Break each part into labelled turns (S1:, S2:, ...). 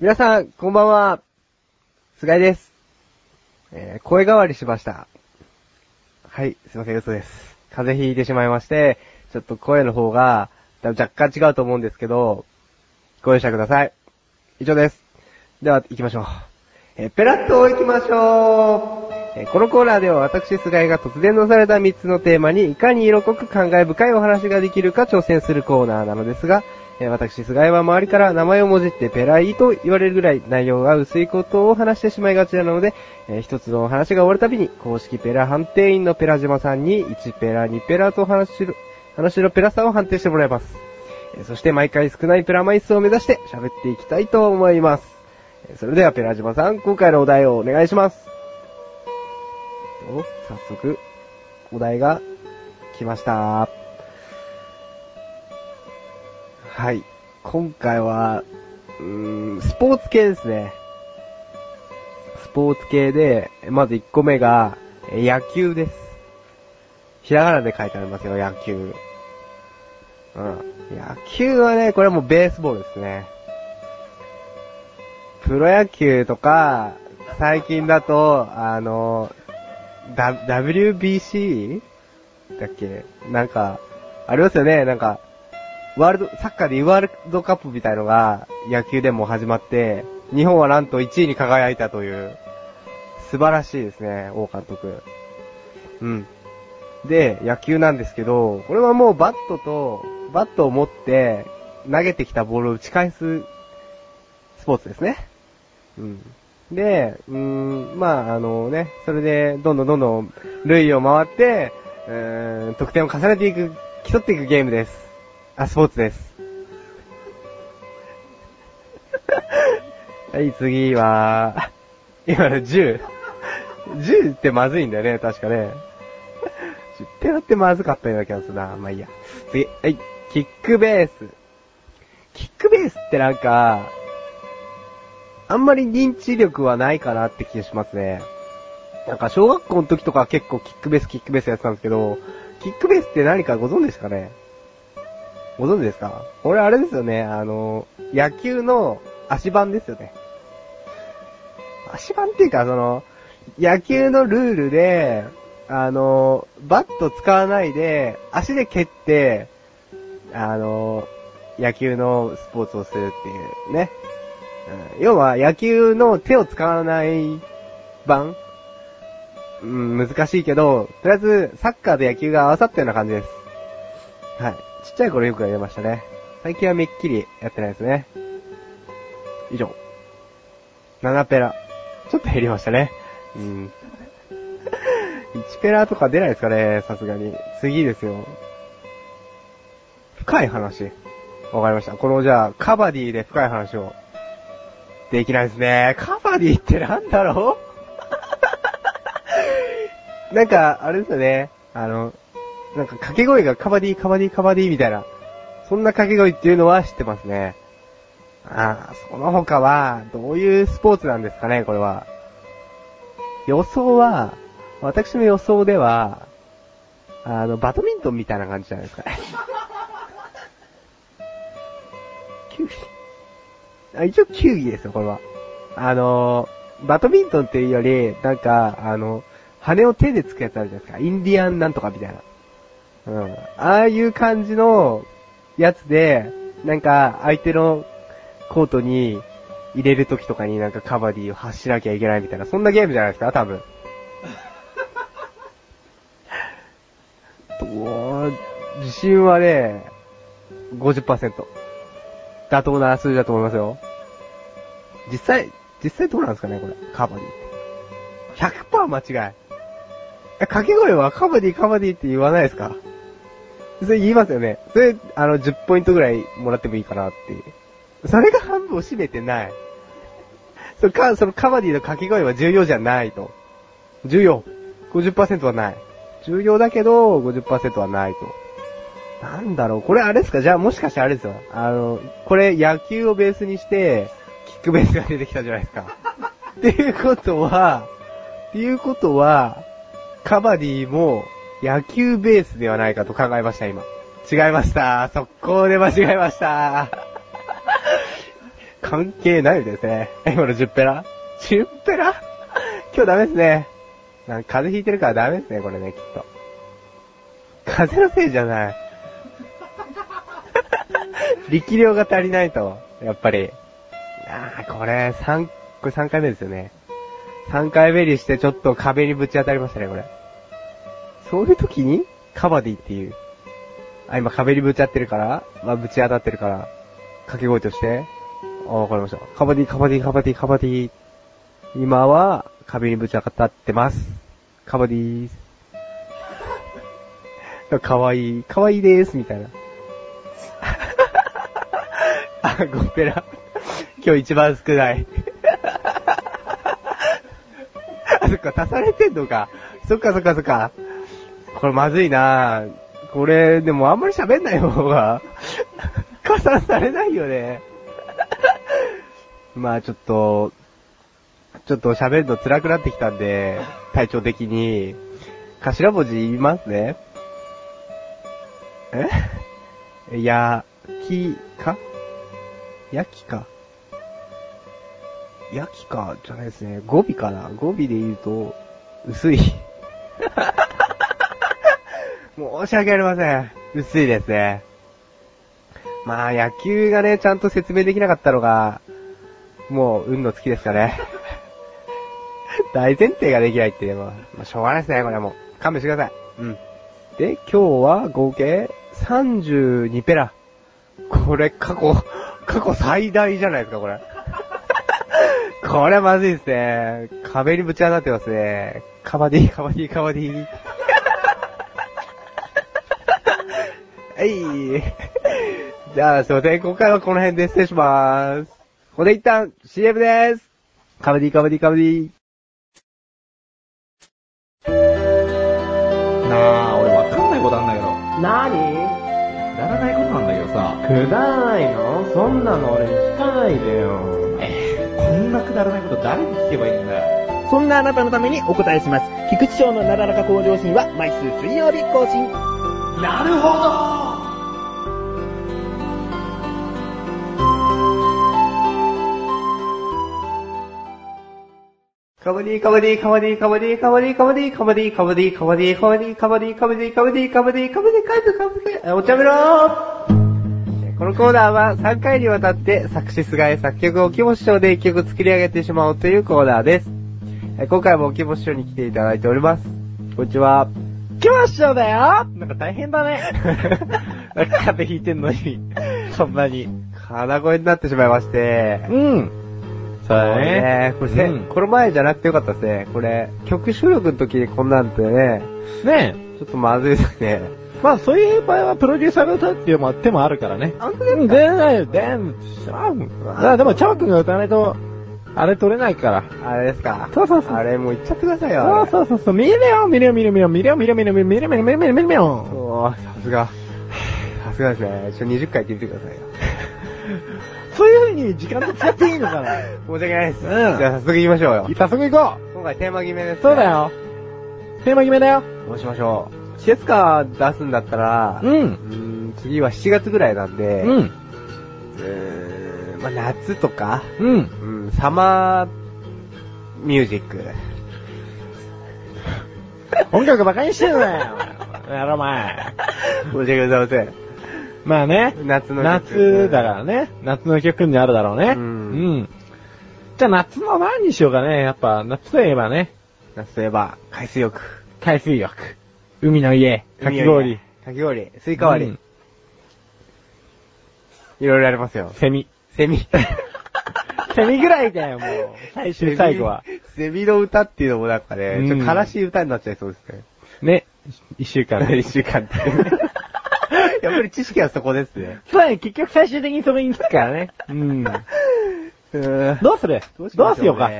S1: 皆さん、こんばんは。菅井です。えー声変わりしました。はい、すいません、嘘です。風邪ひいてしまいまして、ちょっと声の方が、多分若干違うと思うんですけど、ご容赦ください。以上です。では、行きましょう。えーペラッと行きましょうえーこのコーナーでは私、菅井が突然出された3つのテーマにいかに色濃く感慨深いお話ができるか挑戦するコーナーなのですが、えー私、菅井は周りから名前をもじってペライと言われるぐらい内容が薄いことを話してしまいがちなので、えー一つのお話が終わるたびに公式ペラ判定員のペラ島さんに1ペラ、2ペラと話しろ、話のペラさを判定してもらいます。えーそして毎回少ないプラマイスを目指して喋っていきたいと思います。えーそれではペラ島さん、今回のお題をお願いします。と、早速、お題が来ました。はい。今回は、うーん、スポーツ系ですね。スポーツ系で、まず1個目が、え野球です。ひらがなで書いてありますよ、野球。うん。野球はね、これはもうベースボールですね。プロ野球とか、最近だと、あの、だ WBC? だっけなんか、ありますよね、なんか、ワールド、サッカーでいうワールドカップみたいのが野球でも始まって、日本はなんと1位に輝いたという、素晴らしいですね、王監督。うん。で、野球なんですけど、これはもうバットと、バットを持って投げてきたボールを打ち返すスポーツですね。うん。で、うーん、まあ、あのね、それで、どんどんどんどん、類を回って、うーん、得点を重ねていく、競っていくゲームです。あ、スポーツです。 はい、次は、今の10。10ってまずいんだよね、確かね。10ってやってまずかったような気がするな。まあいいや。次、はい、キックベース。キックベースってなんか、あんまり認知力はないかなって気がしますね。なんか小学校の時とか結構キックベース、キックベースやってたんですけど、キックベースって何かご存知ですかねご存知ですかこれあれですよね、あの、野球の足盤ですよね。足盤っていうか、その、野球のルールで、あの、バット使わないで、足で蹴って、あの、野球のスポーツをするっていうね。うん要は野球の手を使わない版うん、難しいけど、とりあえずサッカーと野球が合わさったような感じです。はい。ちっちゃい頃よくやりましたね。最近はめっきりやってないですね。以上。7ペラ。ちょっと減りましたね。うん。1ペラとか出ないですかね、さすがに。次ですよ。深い話。わかりました。このじゃあ、カバディで深い話を。できないですね。カバディってなんだろう なんか、あれですよね。あの、なんか掛け声がカバディ、カバディ、カバディみたいな。そんな掛け声っていうのは知ってますね。ああ、その他は、どういうスポーツなんですかね、これは。予想は、私の予想では、あの、バドミントンみたいな感じじゃないですかね。球技あ一応球技ですよ、これは。あの、バドミントンっていうより、なんか、あの、羽を手でつくやつあるじゃないですか。インディアンなんとかみたいな。うん。ああいう感じのやつで、なんか相手のコートに入れるときとかになんかカバディを発しなきゃいけないみたいな、そんなゲームじゃないですか、多分。 どう自信はね、50%。妥当な数字だと思いますよ。実際、実際どうなんですかね、これ。カバディって。100%間違い。え掛け声はカバディカバディって言わないですかそれ言いますよね。それ、あの、10ポイントぐらいもらってもいいかなっていう。それが半分を占めてない。それか、そのカバディの掛け声は重要じゃないと。重要。50%はない。重要だけど、50%はないと。なんだろう、これあれですかじゃあもしかしてあれですよ。あの、これ野球をベースにして、キックベースが出てきたじゃないですか。っていうことは、っていうことは、カバディも野球ベースではないかと考えました、今。違いました。速攻で間違えました。関係ないですね。今の10ペラ ?10 ペラ今日ダメですね。なんか風邪ひいてるからダメですね、これね、きっと。風邪のせいじゃない。力量が足りないと、やっぱり。ああ、これ、3、これ3回目ですよね。3回目にしてちょっと壁にぶち当たりましたね、これ。そういう時に、カバディっていう。あ、今壁にぶち当たってるから、まあ、ぶち当たってるから、掛け声として、あ、わかりました。カバディ、カバディ、カバディ、カバディ。今は、壁にぶち当たってます。カバディー す。かわいい、かわいいです、みたいな。あ、ゴペラ。今日一番少ない。あ、そっか、足されてんのか。そっかそっかそっか。これまずいなこれ、でもあんまり喋んない方が、加算されないよね。まあちょっと、ちょっと喋るの辛くなってきたんで、体調的に、頭文字言いますね。えや、き、かやきか。やきか、じゃないですね。語尾かな語尾で言うと、薄い。 申し訳ありません。薄いですね。まあ、野球がね、ちゃんと説明できなかったのが、もう、運の尽きですかね。 大前提ができないっていうのは、まあ、しょうがないですね、これはもう。勘弁してください。うん。で、今日は合計32ペラ。これ、過去、過去最大じゃないですか、これ。これはまずいですね。壁にぶち当たってますね。カバディ、カバディ、カバディ。はい。じゃあ、すいません。今回はこの辺で失礼しまーす。ここで一旦 CM でーす。カバディ、カバディ、カバディ。
S2: なあ、俺わかんないことあんだけど。く
S1: なに
S2: だらないことなんだけどさ。
S1: くだらないのそんなの俺聞かないでよ。
S2: こんなくだらないこと誰に聞けばいいんだよ。
S3: そんなあなたのためにお答えします。菊池賞のなだらか向上心は毎週水曜日更新。
S2: なるほど
S1: カバディ、カバディ、カバディ、カバディ、カバディ、カバディ、カバディ、カバディ、カバディ、カバディ、カバディ、カバディ、カバディ、カバディ、カバディ、カバディ、カバディ、カバディ、お茶めろーこのコーナーは3回にわたって作詞すがえ作曲を木星師匠で1曲作り上げてしまおうというコーナーです。え今回も木星師匠に来ていただいております。こんにちは。
S3: 木橋賞だよなんか大変だね。
S1: 風
S3: 引いてんの に。そんなに。
S1: 鼻声になってしまいまして。
S3: うん。
S2: そうだね。
S1: これね、
S2: うん
S1: この前じゃなくてよかったですね。これ、曲収録の時にこんなんてね、
S2: ね
S1: ちょっとまずいですね。
S2: え。まあそういう場合はプロデューサーが歌うっていうのも手もあるからね。
S1: あん
S2: うん、出ないよ、でん、しまう。あでも、チャワ君が歌わないと、あれ取れないから。
S1: あれですか。
S2: そうそうそう
S1: あれもう言っちゃってくださいよ。
S2: そうそう
S1: う。
S2: そうそう、見れよ、見れよ、見れよ、見れよ、見れよ、見れよ、見れよ、見れよ、見れよ、見れよ、見れよ。
S1: おー、さすが。さすがですね。ちょ、20回聞いてください よ。
S2: そういう風に時間と使っていいのかな
S1: 申し訳ないです。
S2: うん
S1: じゃあ早速行きましょうよ。
S2: 早速行こ
S1: 今回テーマ決めです、
S2: うそうだ。よ。テーマ決めだよ。
S1: どうしましょう。季節感出すんだったら、
S2: う。
S1: うんーん次は7月ぐらいなんで、
S2: う。
S1: うんーん、まあ夏とか、
S2: うん。
S1: うん、サマーミュージック。
S2: 音楽バカにしてんだよ。やろ、お前。
S1: 申し訳ございません。
S2: まあね。
S1: 夏の曲
S2: 夏だからね。夏の曲にあるだろうね。
S1: うん
S2: うん。じゃあ夏の何にしようかね。やっぱ夏といえばね。
S1: 夏といえば、海水浴。
S2: 海水浴。海の家。かき
S1: 海を入
S2: 氷
S1: れ。。かき氷。スイカ割り。
S2: うん
S1: いろいろありますよ。
S2: セミ。
S1: セ ミ。
S2: セミぐらいだよ、もう。最終最後は。。
S1: セミの歌っていうのもなんかね、ちょっと悲しい歌になっちゃいそう ですね。
S2: ね。一週 間。
S1: 一週間って。 やっぱり知識はそこですね。
S2: そうだね、結局最終的にそれに行くからね。うん。
S1: うん
S2: どうするどうしようか。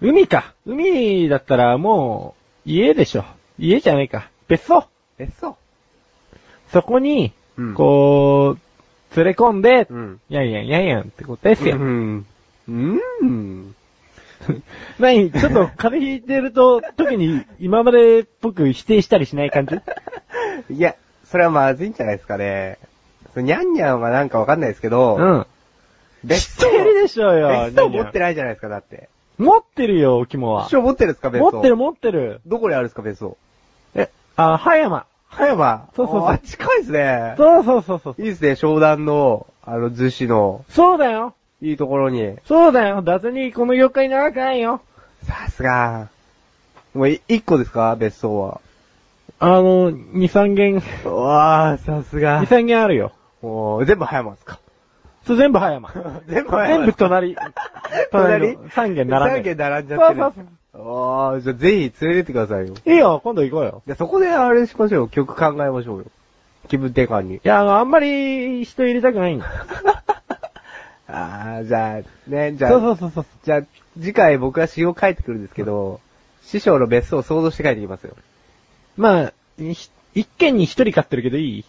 S2: 海か。海だったらもう、家でしょ。家じゃないか。別荘。
S1: え、そ
S2: そこに、
S1: うん
S2: こう、連れ込んで
S1: う。、ん。
S2: やんやんやんやんってことです
S1: う
S2: よ。
S1: ん。うん。
S2: なに、ちょっ と風邪ひいてると、特に今までっぽく否定したりしない感じ
S1: いや、それはまずいんじゃないですかね。そのニャンニャンはなんかわかんないですけど、
S2: うん。
S1: 別荘
S2: 知ってるでしょうよ
S1: 別荘持って
S2: る。
S1: ないじゃないですか、だって。
S2: 持ってるよ、肝は
S1: 一。生持ってるんですか、別荘。
S2: 持ってる持ってる。
S1: どこにあるんですか、別荘。
S2: え、あ、葉山。
S1: 葉山。
S2: そうそうそう
S1: あー、近いですね。
S2: そうそうそうそう。
S1: いいですね、商談の、あの、逗子の、
S2: そうだよ。
S1: いいところに。
S2: そうだよ。雑にこの業界長くないよ。
S1: さすが。もうい、一個ですか別荘は。
S2: あの、二三軒、
S1: うわあ、さすが
S2: 二。三軒あるよ。
S1: もう、全部葉山ですか
S2: そう、全部葉山。
S1: 全部葉山
S2: 全部隣。隣の三軒並んで
S1: 三軒
S2: る。
S1: 並んじゃってる。
S2: そうそう
S1: ああ、じゃあぜひ連れてってくださいよ。
S2: いいよ、今度行こうよ。
S1: で、そこであれしましょう。曲考えましょうよ。気分転換に。
S2: いや、あの、あんまり人入れたくないんだ。
S1: ああ、じゃあ、ね、じゃあ、
S2: そうそうそうそう。
S1: じゃあ、次回僕は詩を書いてくるんですけど、師匠の別荘を想像して書いてきますよ。
S2: まあ、ひ一軒に一人飼ってるけどいい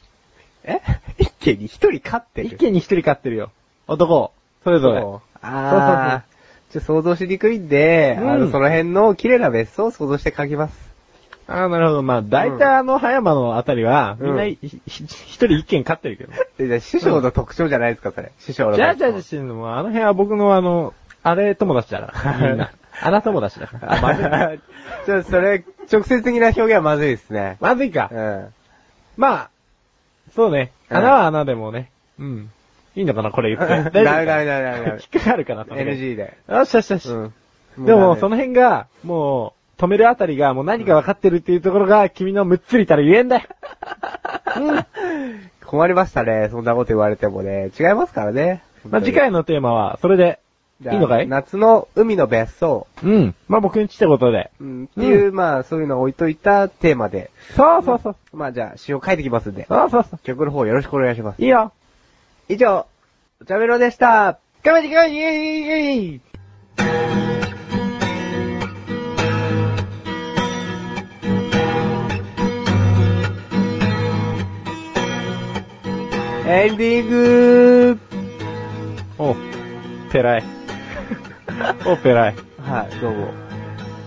S1: え 一軒に一人飼ってる
S2: 一軒に一人飼ってるよ。男、それぞれ。
S1: ああ、ちょっと想像しにくいんで、
S2: うん
S1: あの、その辺の綺麗な別荘を想像して書きます。
S2: ああ、なるほど。まあ、大体あの、葉山のあたりは、みんな、
S1: うん
S2: いひひ一人一軒飼ってるけど。
S1: でじゃあ、師匠の特徴じゃないですか、それ。師匠の。
S2: じゃあじゃあじゃあしてんのも、あの辺は僕のあの、あれ友達だから。みんな。あな友達だから。あまずい。
S1: ちょっとそれ、直接的な表現はまずいですね。
S2: まずいか
S1: う。ん。
S2: まあ、そうね。
S1: うん
S2: 穴は穴でもね。うん。いいのかなこ れ言って。大丈夫か
S1: ダメダメダメダメダメ
S2: 引っかかるかなと思って
S1: NG で。
S2: よしよしよし。
S1: うん。
S2: でも、その
S1: の、
S2: 辺が、もう、止めるあたりが、もう何か分かってるっていうところが、君のむっつりたるゆえん だよ。
S1: 困りましたね。そんなこと言われてもね。違いますからね。
S2: まあ、次回のテーマは、それで、
S1: じゃあ
S2: いいのかい
S1: 夏の海の別荘。
S2: うん。まあ、僕に来たことで。
S1: うん。っていう、まあ、そういうのを置いといたテーマで。
S2: そうそうそう。
S1: まあ、じゃあ、詩を書いてきますんで。
S2: そうそうそ
S1: 曲の方よろしくお願いします
S2: う。。いいよ。
S1: 以上、お茶メロでした。
S2: 頑張って頑張ってイェイイェイイェイ
S1: エンディング
S2: おう、ペライ。おう、ペライ。
S1: はい、どう
S2: 今
S1: も。
S2: 日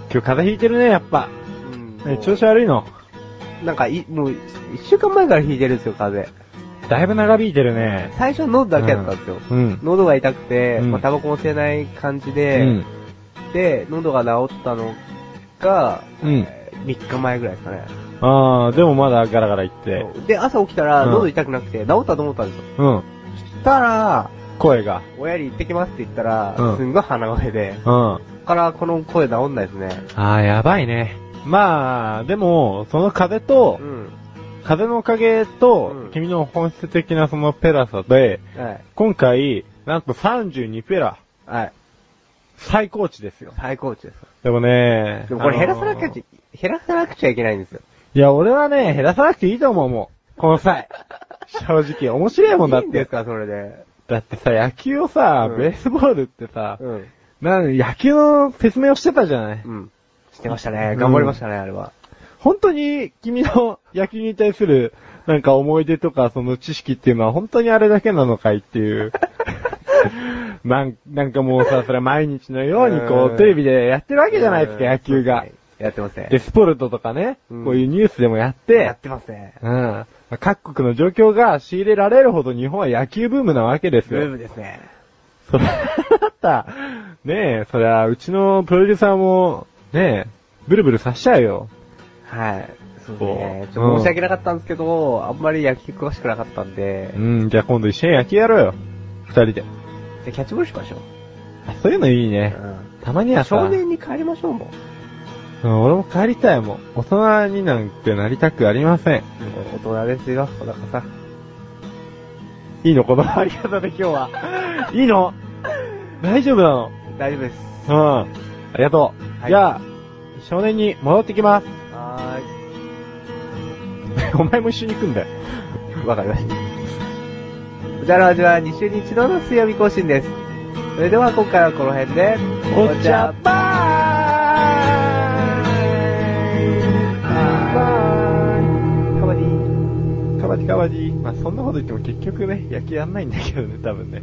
S2: 風邪ひいてるね、やっぱ。
S1: うん
S2: ね調子悪いの。
S1: なんかい、もう、一週間前から弾いてるんですよ、風邪。
S2: だいぶ長引いてるね。
S1: 最初喉だけだったんですよ。
S2: うん。
S1: 喉が痛くて、
S2: うん
S1: まあ、タバコも吸えない感じ
S2: う
S1: で、
S2: ん。
S1: で、喉が治ったのが、
S2: うん
S1: 3日前ぐらいですかね。
S2: あー、でもまだガラガラ言って。
S1: で、朝起きたら、
S2: うん
S1: 喉痛くなくて、治ったと思ったんですよ。
S2: うん。
S1: そしたら、
S2: 声が。
S1: 親に行ってきますって言ったら、
S2: うん
S1: すんごい鼻声で、
S2: うん。あ
S1: そっからこの声治んないですね。
S2: ー、やばいね。まあ、でも、その風邪と
S1: う、ん。
S2: 風のおかげと、
S1: うん
S2: 君の本質的なそのペラさで、
S1: はい。
S2: 今回、なんと32ペラ、
S1: はい。
S2: 最高値ですよ。
S1: 最高値です。
S2: でもね、
S1: でもこれ減らさな
S2: あの
S1: く
S2: ー
S1: ちゃ、減らさなくちゃいけないんですよ。
S2: いや、俺はね、減らさなくていいと思う、もう。この際。正直、面白いもんだっ
S1: いいんで
S2: て
S1: す。か、それで。
S2: だってさ、野球をさ、
S1: うん
S2: ベースボールってさ、
S1: うん。
S2: なん野球の説明をしてたじゃない。
S1: うん。してましたね
S2: う。ん
S1: 頑張りましたね、あれは。
S2: 本当に君の野球に対する、なんか思い出とかその知識っていうのは本当にあれだけなのかいっていう。 なんなんかもうさ、それ毎日のようにこ
S1: うん
S2: う、テレビでやってるわけじゃないですか、
S1: うん
S2: 野球が。。
S1: やってますね。
S2: で、スポルトとかね、
S1: うん
S2: こういうニュースでもやっ、
S1: やっててますね。
S2: うん。まあ各国の状況が仕入れられるほど日本は野球ブームなわけです
S1: ブー
S2: よ。
S1: ムですね。
S2: それだった。 ねえ、そりゃ、うちのプロデューサーも、ねえ、ブルブルさしちゃうよ。
S1: はい。そうですね。
S2: そう
S1: ちょっと申し訳なかったんですけど、あんまり野球詳しくなかったんで
S2: う、ん、じゃあ今度一緒に野球やろうよ。二人で。
S1: じゃあキャッチボールしましょう。
S2: あそういうのいいね。
S1: うん。
S2: たまにはさ、
S1: 少年に帰りましょうもん。
S2: うん俺も帰りたいもん。大人になんてなりたくありません。
S1: 大人ですよ、お腹さ。
S2: いいのこのあり方で今日は。 いいの大丈夫なの
S1: 大丈夫です。
S2: うん。ありがとう。
S1: はい
S2: じゃあ、少年に戻ってきます。
S1: は
S2: お前も一緒に行くんだよ。
S1: ーい。わかりました。お茶の味は2週に一度の水曜日更新です。それでは今回はこの辺で、
S2: お茶
S1: ばーいカバディ
S2: カバディカバディ。まあ、そんなこと言っても結局ね、野球やんないんだけどね、多分ね。